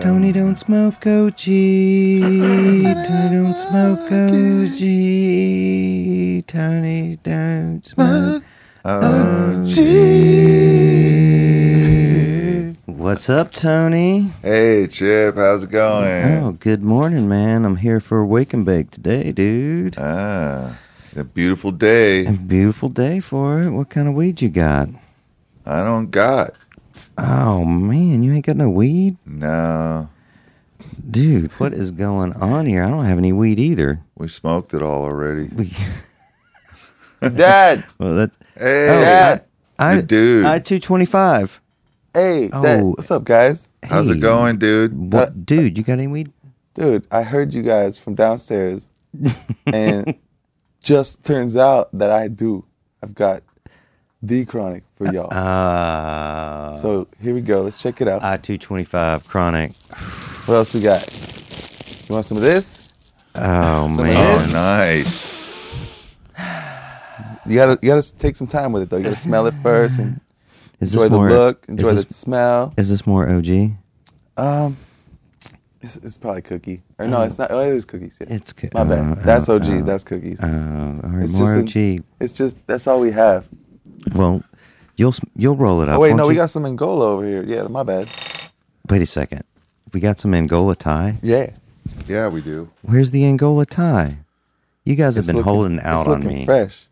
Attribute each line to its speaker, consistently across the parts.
Speaker 1: Tony don't smoke OG. Tony don't smoke OG. Tony don't smoke OG. What's up, Tony?
Speaker 2: Hey, Chip, how's it going?
Speaker 1: Oh, good morning, man. I'm here for a wake and bake today, dude.
Speaker 2: Ah, a beautiful day.
Speaker 1: A beautiful day for it. What kind of weed you got?
Speaker 2: I don't got.
Speaker 1: Oh man, you ain't got no weed,
Speaker 2: No,
Speaker 1: dude. What is going on here? I don't have any weed either.
Speaker 2: we smoked it all already.
Speaker 1: We-
Speaker 3: Dad,
Speaker 1: well, that's
Speaker 2: Hey,
Speaker 1: Oh,
Speaker 3: Dad,
Speaker 1: I
Speaker 2: Good dude.
Speaker 1: I two twenty five.
Speaker 3: hey, Dad,
Speaker 1: Oh.
Speaker 3: what's up, guys?
Speaker 2: how's it going, dude?
Speaker 3: Uh,
Speaker 1: What, dude? You got any weed?
Speaker 3: Dude, I heard you guys from downstairs, and just turns out that I do. I've got the chronic for y'all.
Speaker 1: Uh,
Speaker 3: so here we go. Let's check it out.
Speaker 1: I two twenty five chronic.
Speaker 3: what else we got? You want some of this?
Speaker 1: Oh
Speaker 2: Oh,
Speaker 1: man,
Speaker 2: nice.
Speaker 3: You gotta, you gotta take some time with it though. You gotta smell it first and
Speaker 1: is
Speaker 3: enjoy the
Speaker 1: more-
Speaker 3: look, enjoy
Speaker 1: is
Speaker 3: the
Speaker 1: this,
Speaker 3: smell.
Speaker 1: Is this more OG?
Speaker 3: Um, it's, it's probably cookie. Or no, it's not. Oh, it is cookies. Yeah.
Speaker 1: It's oh, good.
Speaker 3: My bad. that's OG. that's cookies.
Speaker 1: Uh, all right,
Speaker 3: It's
Speaker 1: more
Speaker 3: just
Speaker 1: OG.
Speaker 3: It's just that's all we have.
Speaker 1: well, you'll sm- you'll roll it up.
Speaker 3: Oh wait,
Speaker 1: won't
Speaker 3: no,
Speaker 1: Uh,
Speaker 3: we
Speaker 1: you?
Speaker 3: got some Angola over here. Yeah, my bad.
Speaker 1: Wait a second. We got some Angola tie.
Speaker 3: Yeah,
Speaker 2: Yeah, we do.
Speaker 1: Where's the Angola tie? You guys have
Speaker 3: It's
Speaker 1: been
Speaker 3: looking-
Speaker 1: holding out
Speaker 3: it's
Speaker 1: on
Speaker 3: looking
Speaker 1: me,
Speaker 3: Fresh.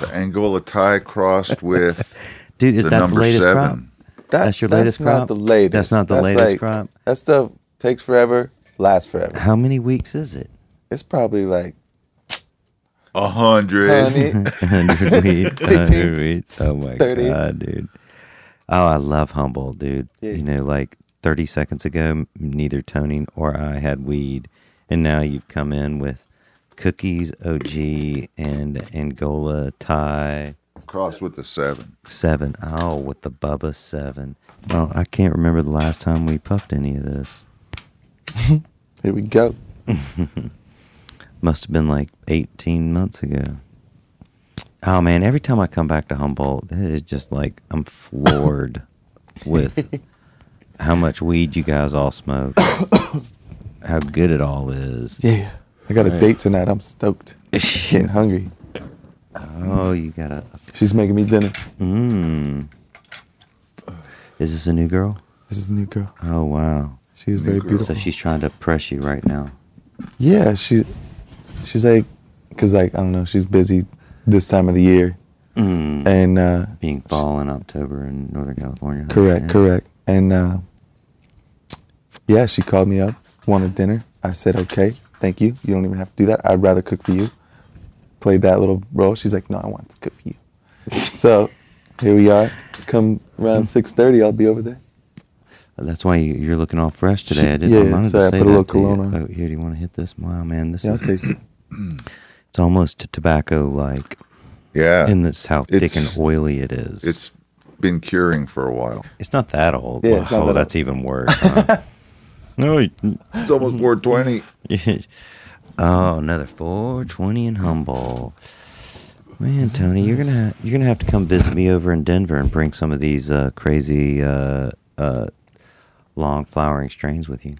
Speaker 2: The Angola tie crossed with
Speaker 1: dude. Is
Speaker 2: the
Speaker 1: that the
Speaker 2: number
Speaker 1: latest crop?
Speaker 2: seven.
Speaker 3: That-
Speaker 1: That's your latest
Speaker 3: That's
Speaker 1: crop?
Speaker 3: not the latest.
Speaker 1: That's not the latest crop?
Speaker 3: That stuff takes forever, lasts forever.
Speaker 1: How many weeks is it?
Speaker 3: It's probably like
Speaker 2: A hundred.
Speaker 3: honey.
Speaker 1: 100 weed, 100 weed. Oh my
Speaker 3: 30.
Speaker 1: god, dude. Oh, I love humble, dude.
Speaker 3: Yeah.
Speaker 1: You know, like 30 seconds ago, neither Tony or I had weed, and now you've come in with cookies, OG, and Angola tie
Speaker 2: Crossed with the seven.
Speaker 1: seven. Oh, with the Bubba seven. Well, I can't remember the last time we puffed any of this.
Speaker 3: here we go.
Speaker 1: Must have been like 18 months ago. Oh man, every time I come back to Humboldt, it's just like I'm floored with how much weed you guys all smoke, how good it all is.
Speaker 3: Yeah, I got a date tonight. I'm stoked. Getting hungry.
Speaker 1: Oh, you got a.
Speaker 3: She's making me dinner.
Speaker 1: Mmm. Is this a new girl?
Speaker 3: This is a new girl.
Speaker 1: Oh, wow.
Speaker 3: She's very
Speaker 2: girl.
Speaker 3: beautiful.
Speaker 1: So she's trying to press you right now.
Speaker 3: Yeah, she, she's like, cause like I don't know, she's busy this time of the year,
Speaker 1: Mm.
Speaker 3: and uh,
Speaker 1: Being fall in October in Northern California. I
Speaker 3: correct,
Speaker 1: understand.
Speaker 3: correct, and uh, yeah, she called me up, wanted dinner. I said, okay, thank you. You don't even have to do that. I'd rather cook for you. Played that little role. She's like, no, I want to cook for you. so here we are. Come around
Speaker 1: Hmm.
Speaker 3: six thirty, I'll be over there.
Speaker 1: That's why you- you're looking all fresh today. I didn't
Speaker 3: yeah,
Speaker 1: I wanted
Speaker 3: so
Speaker 1: to
Speaker 3: I
Speaker 1: say
Speaker 3: put
Speaker 1: that
Speaker 3: a little
Speaker 1: to you.
Speaker 3: cologne on.
Speaker 1: Oh, here, do you want to hit this? Wow, man, this
Speaker 3: Yeah, I'll
Speaker 1: is
Speaker 3: taste it.
Speaker 1: it's almost tobacco like
Speaker 3: Uh,
Speaker 2: Yeah.
Speaker 1: in this how thick and
Speaker 2: It's-
Speaker 1: oily it is.
Speaker 2: It's been curing for a while.
Speaker 1: it's not that old.
Speaker 3: Yeah, it's not
Speaker 1: oh,
Speaker 3: that
Speaker 1: that's even worse. huh? no, you-
Speaker 2: It's almost 420.
Speaker 1: oh, another four twenty in Humble. Man, Tony, you're gonna ha- you're gonna have to come visit me over in Denver and bring some of these uh, crazy uh, uh, long flowering strains with you.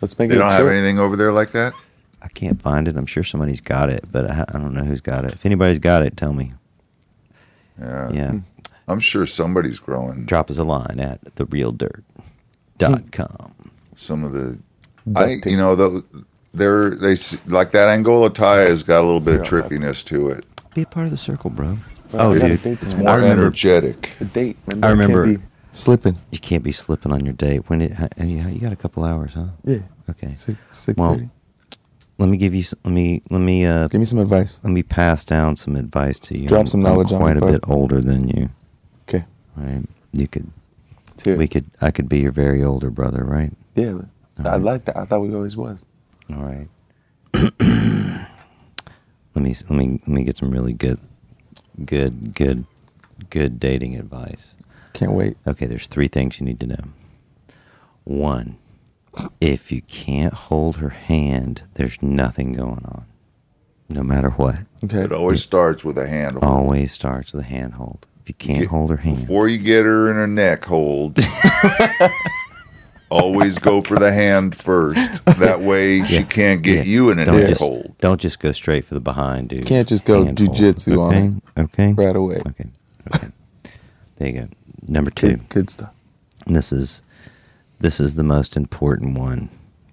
Speaker 3: Let's make
Speaker 2: They
Speaker 3: it. a
Speaker 2: don't have
Speaker 3: trip.
Speaker 2: anything over there like that?
Speaker 1: I can't find it. I'm sure somebody's got it, but I, I don't know who's got it. If anybody's got it, tell me.
Speaker 2: Yeah.
Speaker 1: Yeah.
Speaker 2: I'm sure somebody's growing
Speaker 1: Drop us a line at therealdirt.com.
Speaker 2: some of the.
Speaker 3: Duct
Speaker 2: I,
Speaker 3: tape.
Speaker 2: you know, though, they're, they s- like that Angola tie has got a little bit of
Speaker 3: Yeah, that's-
Speaker 2: trippiness to it.
Speaker 1: Be a part of the circle, bro.
Speaker 3: Bro,
Speaker 1: Oh,
Speaker 3: we got a
Speaker 1: dude.
Speaker 3: date
Speaker 2: It's
Speaker 3: tonight.
Speaker 2: more
Speaker 1: I remember-
Speaker 2: energetic.
Speaker 3: The date.
Speaker 1: I
Speaker 3: can't
Speaker 1: remember-
Speaker 3: be slipping.
Speaker 1: You can't be slipping on your date. When it, ha- you you got a couple hours, huh?
Speaker 3: Yeah.
Speaker 1: Okay.
Speaker 3: Six six
Speaker 1: Well,
Speaker 3: thirty.
Speaker 1: Let me give you. s- Let me. Let me. Uh,
Speaker 3: Give me some advice.
Speaker 1: let me pass down some advice to you.
Speaker 3: Drop
Speaker 1: I'm-
Speaker 3: some
Speaker 1: I'm
Speaker 3: knowledge on me,
Speaker 1: Quite a
Speaker 3: bud.
Speaker 1: bit older than you.
Speaker 3: Okay.
Speaker 1: Right. You could.
Speaker 3: let's hear it.
Speaker 1: We could. I could be your very older brother. Right.
Speaker 3: Yeah, li- I
Speaker 1: right.
Speaker 3: like that. I thought we always was.
Speaker 1: All right. let me let me let me get some really good, good, good, good dating advice.
Speaker 3: Can't wait.
Speaker 1: Okay, there's three things you need to know. One, if you can't hold her hand, there's nothing going on, no matter what.
Speaker 3: Okay.
Speaker 2: It always starts with a handle.
Speaker 1: Always starts with a handhold. If you can't
Speaker 2: Get-
Speaker 1: hold her hand,
Speaker 2: Before you get her in her neck hold, Always go for the hand first. That way she can't get
Speaker 1: Yeah.
Speaker 2: you in an
Speaker 1: Don't
Speaker 2: egg
Speaker 1: just-
Speaker 2: hole.
Speaker 1: Don't just go straight for the behind, dude.
Speaker 3: Can't just go
Speaker 1: Handhold.
Speaker 3: jujitsu on
Speaker 1: okay?
Speaker 3: him.
Speaker 1: Okay.
Speaker 3: right away.
Speaker 1: Okay. Okay. There you go. Number two.
Speaker 3: Good, good stuff.
Speaker 1: And This is this is the most important one.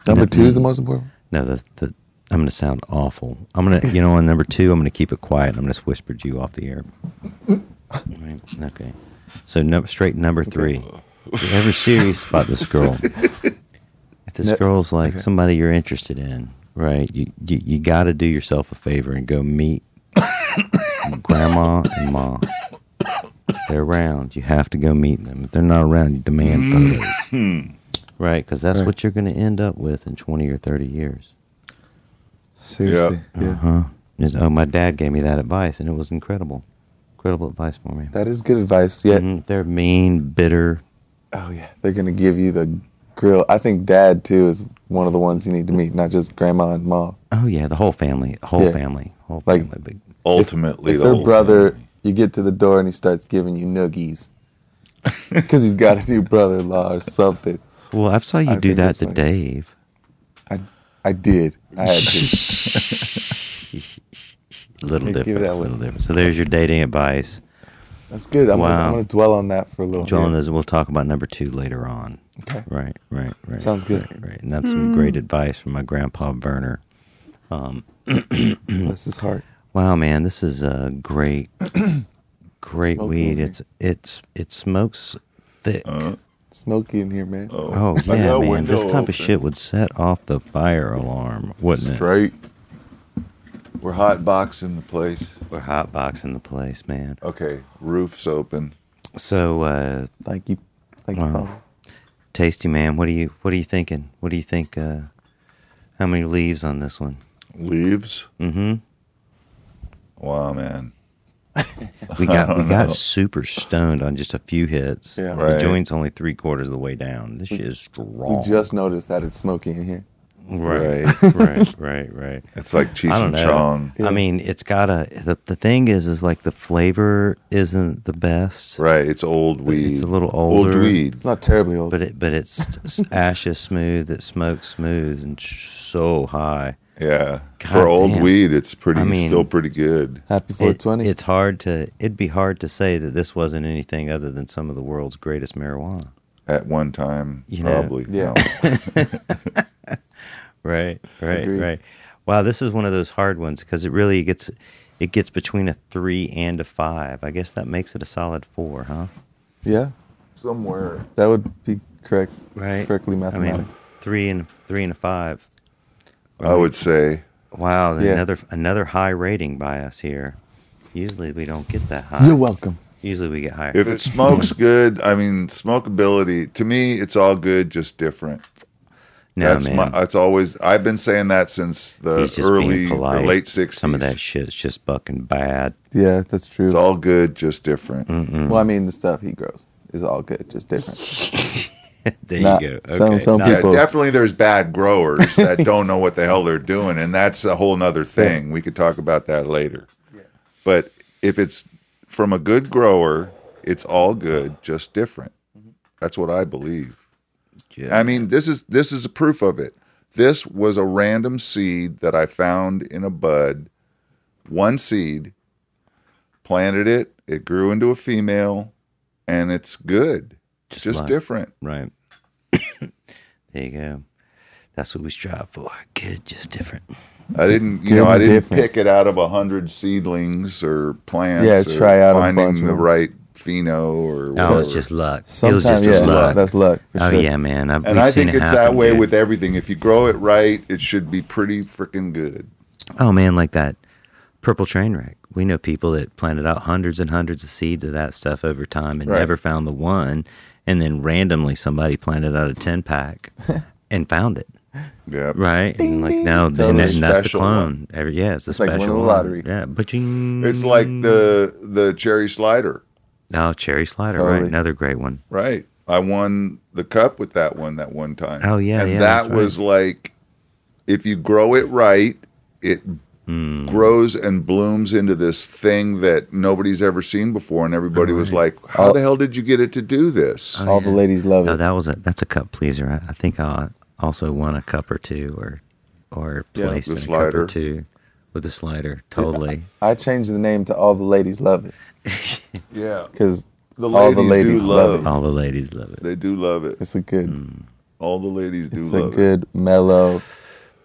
Speaker 3: Number
Speaker 1: No-
Speaker 3: two is the most important.
Speaker 1: No, the, the I'm going to sound awful. I'm going to, you know, on number two, I'm going to keep it quiet. and I'm just whispered you off the air. Right, Okay. So num straight number three. You ever serious about this girl? If this
Speaker 3: No.
Speaker 1: girl's like
Speaker 3: Okay.
Speaker 1: somebody you're interested in, right? You you, you got to do yourself a favor and go meet grandma and ma. They're around. You have to go meet them. If they're not around, you demand photos. Right, because that's
Speaker 3: Mm-hmm. Right.
Speaker 1: what you're going to end up with in 20 or 30 years.
Speaker 3: Seriously. Yeah.
Speaker 1: Uh-huh. Yes, Oh, my dad gave me that advice, and it was incredible. Incredible advice for me.
Speaker 3: That is good advice. Yeah.
Speaker 1: Mhm. They're mean, bitter.
Speaker 3: Oh yeah. They're gonna give you the grill. I think dad too is one of the ones you need to meet, not just grandma and mom.
Speaker 1: Oh yeah, the whole family, whole
Speaker 3: Yeah.
Speaker 1: family, whole
Speaker 3: Like-
Speaker 1: family. Big.
Speaker 2: Ultimately,
Speaker 3: if
Speaker 2: the
Speaker 3: their
Speaker 2: whole
Speaker 3: brother,
Speaker 2: thing.
Speaker 3: you get to the door and he starts giving you noogies because he's got a new brother-in-law or something.
Speaker 1: Well, I saw you
Speaker 3: I
Speaker 1: do
Speaker 3: think
Speaker 1: that
Speaker 3: that's
Speaker 1: to
Speaker 3: funny.
Speaker 1: Dave.
Speaker 3: I, I did. I had to.
Speaker 1: Little
Speaker 3: Yeah, give
Speaker 1: different,
Speaker 3: that
Speaker 1: little
Speaker 3: one.
Speaker 1: different. So there's your dating advice.
Speaker 3: That's good. I'm, gonna,
Speaker 1: Wow.
Speaker 3: I'm gonna dwell on that for a little.
Speaker 1: Joel,
Speaker 3: bit.
Speaker 1: those we'll talk about number two later on.
Speaker 3: Okay.
Speaker 1: Right, right, right.
Speaker 3: Sounds good. Hmm.
Speaker 1: Right, right. and that's some great advice from my grandpa Werner.
Speaker 3: Bless his heart.
Speaker 1: Wow, man, this is a great, great
Speaker 3: Smoking
Speaker 1: weed.
Speaker 3: here.
Speaker 1: It's it's it smokes thick.
Speaker 3: Smoky in here, man.
Speaker 1: Oh
Speaker 2: I
Speaker 1: yeah,
Speaker 2: got
Speaker 1: man!
Speaker 2: window
Speaker 1: This type
Speaker 2: open.
Speaker 1: of shit would set off the fire alarm, wouldn't it?
Speaker 2: Straight. We're hot boxing the place.
Speaker 1: We're hotboxing the place, man.
Speaker 2: Okay, roof's open.
Speaker 1: So, uh,
Speaker 3: Thank you. Thank
Speaker 1: Wow.
Speaker 3: you. Father.
Speaker 1: tasty man, what are you what are you thinking? What do you think? Uh, how many leaves on this one?
Speaker 2: Leaves.
Speaker 1: Mm-hmm.
Speaker 2: Wow, man.
Speaker 1: We got we
Speaker 2: don't
Speaker 1: got
Speaker 2: know.
Speaker 1: super stoned on just a few hits.
Speaker 3: Yeah.
Speaker 1: The
Speaker 2: Right.
Speaker 1: joint's only three quarters of the way down. This shit is strong.
Speaker 3: We just noticed that it's smoky in here.
Speaker 1: right, right, right, right.
Speaker 2: It's like Cheech
Speaker 1: I don't
Speaker 2: and
Speaker 1: know.
Speaker 2: Chong.
Speaker 1: I mean, it's gotta. The, the thing is, is like the flavor isn't the best.
Speaker 2: Right, it's old weed.
Speaker 1: It's a little
Speaker 2: Old
Speaker 1: older.
Speaker 2: weed.
Speaker 3: It's not terribly old.
Speaker 1: but it but it's s- ashes smooth. It smokes smooth and sh- so high.
Speaker 2: Yeah.
Speaker 1: God
Speaker 2: For old
Speaker 1: damn.
Speaker 2: weed, it's pretty,
Speaker 1: I mean-
Speaker 2: still pretty good.
Speaker 3: Happy
Speaker 1: It,
Speaker 3: 420.
Speaker 1: it's hard to it'd be hard to say that this wasn't anything other than some of the world's greatest marijuana.
Speaker 2: At one time,
Speaker 1: You know,
Speaker 2: probably.
Speaker 3: yeah.
Speaker 2: No.
Speaker 1: Right, right,
Speaker 3: Agreed.
Speaker 1: right. Wow, this is one of those hard ones because it really gets it gets between a three and a five. I guess that makes it a solid four, huh?
Speaker 3: yeah.
Speaker 2: Somewhere.
Speaker 3: That would be correct.
Speaker 1: Right.
Speaker 3: Correctly
Speaker 1: I
Speaker 3: mathematic.
Speaker 1: mean, three and three and a five.
Speaker 2: I would say
Speaker 1: Wow,
Speaker 3: Yeah.
Speaker 1: another another high rating by us here. Usually we don't get that high.
Speaker 3: You're welcome.
Speaker 1: Usually we get higher.
Speaker 2: if it smokes good, I mean, smokability, to me, it's all good, just different.
Speaker 1: no,
Speaker 2: that's
Speaker 1: man.
Speaker 2: my, that's always, I've been saying that since the
Speaker 1: He's just
Speaker 2: early
Speaker 1: being
Speaker 2: or
Speaker 1: polite.
Speaker 2: late 60s.
Speaker 1: Some of that shit's just fucking bad.
Speaker 3: Yeah, that's true.
Speaker 2: It's all good, just
Speaker 1: Mm-hmm.
Speaker 2: different.
Speaker 1: mm.
Speaker 3: well, I mean, the stuff he grows is all good, just different.
Speaker 1: there
Speaker 3: Nah,
Speaker 1: you go. Okay.
Speaker 3: some- some
Speaker 1: nah,
Speaker 2: Yeah,
Speaker 3: people-
Speaker 2: definitely there's bad growers that don't know what the hell they're doing, and that's a whole nother thing. We could talk about that later. But if it's from a good grower, it's all good, just different. That's what I believe. I mean, this is this is a proof of it. This was a random seed that I found in a bud, one seed, planted it, it grew into a female, and it's good. Just,
Speaker 1: luck.
Speaker 2: different.
Speaker 1: Right. there you go. That's what we strive for. Good, just different.
Speaker 2: I didn't, you know,
Speaker 3: Good
Speaker 2: I didn't
Speaker 3: different.
Speaker 2: pick it out of a hundred seedlings or plants.
Speaker 3: Yeah,
Speaker 2: or
Speaker 3: try out a
Speaker 2: finding
Speaker 3: bunch of
Speaker 2: the
Speaker 3: them.
Speaker 2: right pheno or whatever.
Speaker 1: No, it's just luck.
Speaker 3: Sometimes,
Speaker 1: it was just
Speaker 3: yeah,
Speaker 1: luck.
Speaker 3: that's luck. For
Speaker 1: oh
Speaker 3: sure.
Speaker 1: yeah, man. I've,
Speaker 2: and
Speaker 1: we've
Speaker 2: I
Speaker 1: seen
Speaker 2: think
Speaker 1: it
Speaker 2: it's
Speaker 1: happen,
Speaker 2: that way
Speaker 1: dude.
Speaker 2: with everything. If you grow it right, it should be pretty freaking good.
Speaker 1: Oh man, like that purple train wreck. We know people that planted out hundreds and hundreds of seeds of that stuff over time and
Speaker 2: Right.
Speaker 1: never found the one, and then randomly somebody planted out a ten pack and found it.
Speaker 2: Yeah.
Speaker 1: Right? and like now,
Speaker 2: That
Speaker 1: then,
Speaker 2: was a
Speaker 1: and that's the
Speaker 2: special
Speaker 1: clone. Every, yeah, it's a
Speaker 3: It's like
Speaker 1: special
Speaker 3: winning the
Speaker 1: one.
Speaker 3: lottery.
Speaker 1: Yeah, but
Speaker 2: It's like the the cherry slider,
Speaker 1: oh cherry slider, right?
Speaker 3: Totally.
Speaker 1: Another great one.
Speaker 2: right? I won the cup with that one that one time.
Speaker 1: Oh, yeah,
Speaker 2: and
Speaker 1: yeah,
Speaker 2: that
Speaker 1: that's
Speaker 2: was like, if you grow it right, it grows and blooms into this thing that nobody's ever seen before, and everybody was like, "How the hell did you get it to do this?"
Speaker 1: Oh,
Speaker 3: All the
Speaker 1: yeah.
Speaker 3: ladies love
Speaker 1: No,
Speaker 3: it.
Speaker 1: that was a that's a cup pleaser. I, I think I also won a cup or two, or or
Speaker 3: Yeah,
Speaker 1: placed in
Speaker 2: the
Speaker 1: a cup or
Speaker 2: slider.
Speaker 1: two with a slider. Totally.
Speaker 3: I changed the name to All the Ladies Love It
Speaker 2: Yeah,
Speaker 3: because
Speaker 2: The
Speaker 3: all
Speaker 2: ladies
Speaker 3: the
Speaker 2: do
Speaker 3: ladies love,
Speaker 2: love
Speaker 3: it.
Speaker 1: All the ladies love it.
Speaker 2: they do love it.
Speaker 3: It's a good,
Speaker 1: Mm.
Speaker 2: All the ladies do
Speaker 3: it's a
Speaker 2: love
Speaker 3: good mellow,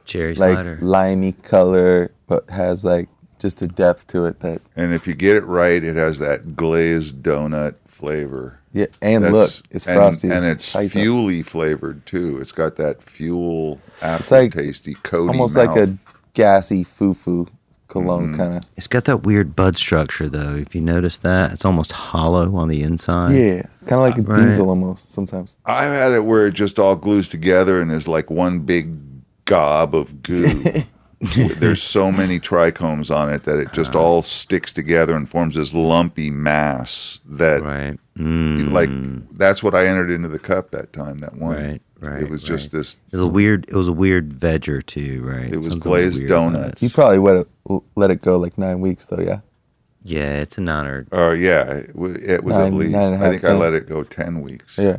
Speaker 1: Cherry slider.
Speaker 3: like limey color, but has like just a depth to it that
Speaker 2: it, and if you get it right, it has that glazed donut flavor.
Speaker 3: yeah. And
Speaker 2: That's-
Speaker 3: look, it's frosty
Speaker 2: and, and it's
Speaker 3: spicy.
Speaker 2: fuely flavored too. It's got that fuel apple
Speaker 3: like-
Speaker 2: tasty coaty
Speaker 3: almost like
Speaker 2: mouth.
Speaker 3: a gassy foo foo cologne kind of.
Speaker 1: it's got that weird bud structure though. If you notice that, it's almost hollow on the inside.
Speaker 3: Yeah, kind of like a
Speaker 1: Right.
Speaker 3: diesel almost sometimes.
Speaker 2: I've had it where it just all glues together and is like one big gob of goo. There's so many trichomes on it that it just
Speaker 1: Uh-huh.
Speaker 2: all sticks together and forms this lumpy mass that
Speaker 1: Right. Mm,
Speaker 2: like that's what I entered into the cup that time that one.
Speaker 1: Right, right,
Speaker 2: It was just
Speaker 1: right.
Speaker 2: this
Speaker 1: it was a weird. It was a weird veg or two. Right.
Speaker 2: It was
Speaker 1: Something
Speaker 2: glazed
Speaker 1: weird about
Speaker 2: donuts.
Speaker 1: it.
Speaker 3: You probably let it, let it go like nine weeks though. Yeah,
Speaker 1: Yeah, it's a non or
Speaker 2: or yeah, it wa- it was at
Speaker 3: Nine-
Speaker 2: least
Speaker 3: nine and a
Speaker 2: I
Speaker 3: half,
Speaker 2: think I
Speaker 3: ten.
Speaker 2: let it go 10 weeks.
Speaker 3: yeah.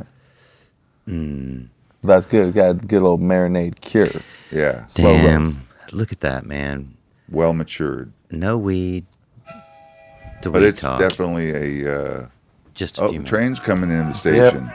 Speaker 3: That's good. It Got a good old marinade cure.
Speaker 2: Yeah.
Speaker 3: Slow roast.
Speaker 1: damn. Look at that man.
Speaker 2: Well matured.
Speaker 1: No weed. The
Speaker 2: But
Speaker 1: weed
Speaker 2: it's
Speaker 1: talk.
Speaker 2: definitely Oh, a uh
Speaker 1: just a
Speaker 2: oh,
Speaker 1: few
Speaker 2: the
Speaker 1: minutes.
Speaker 2: train's coming into the station.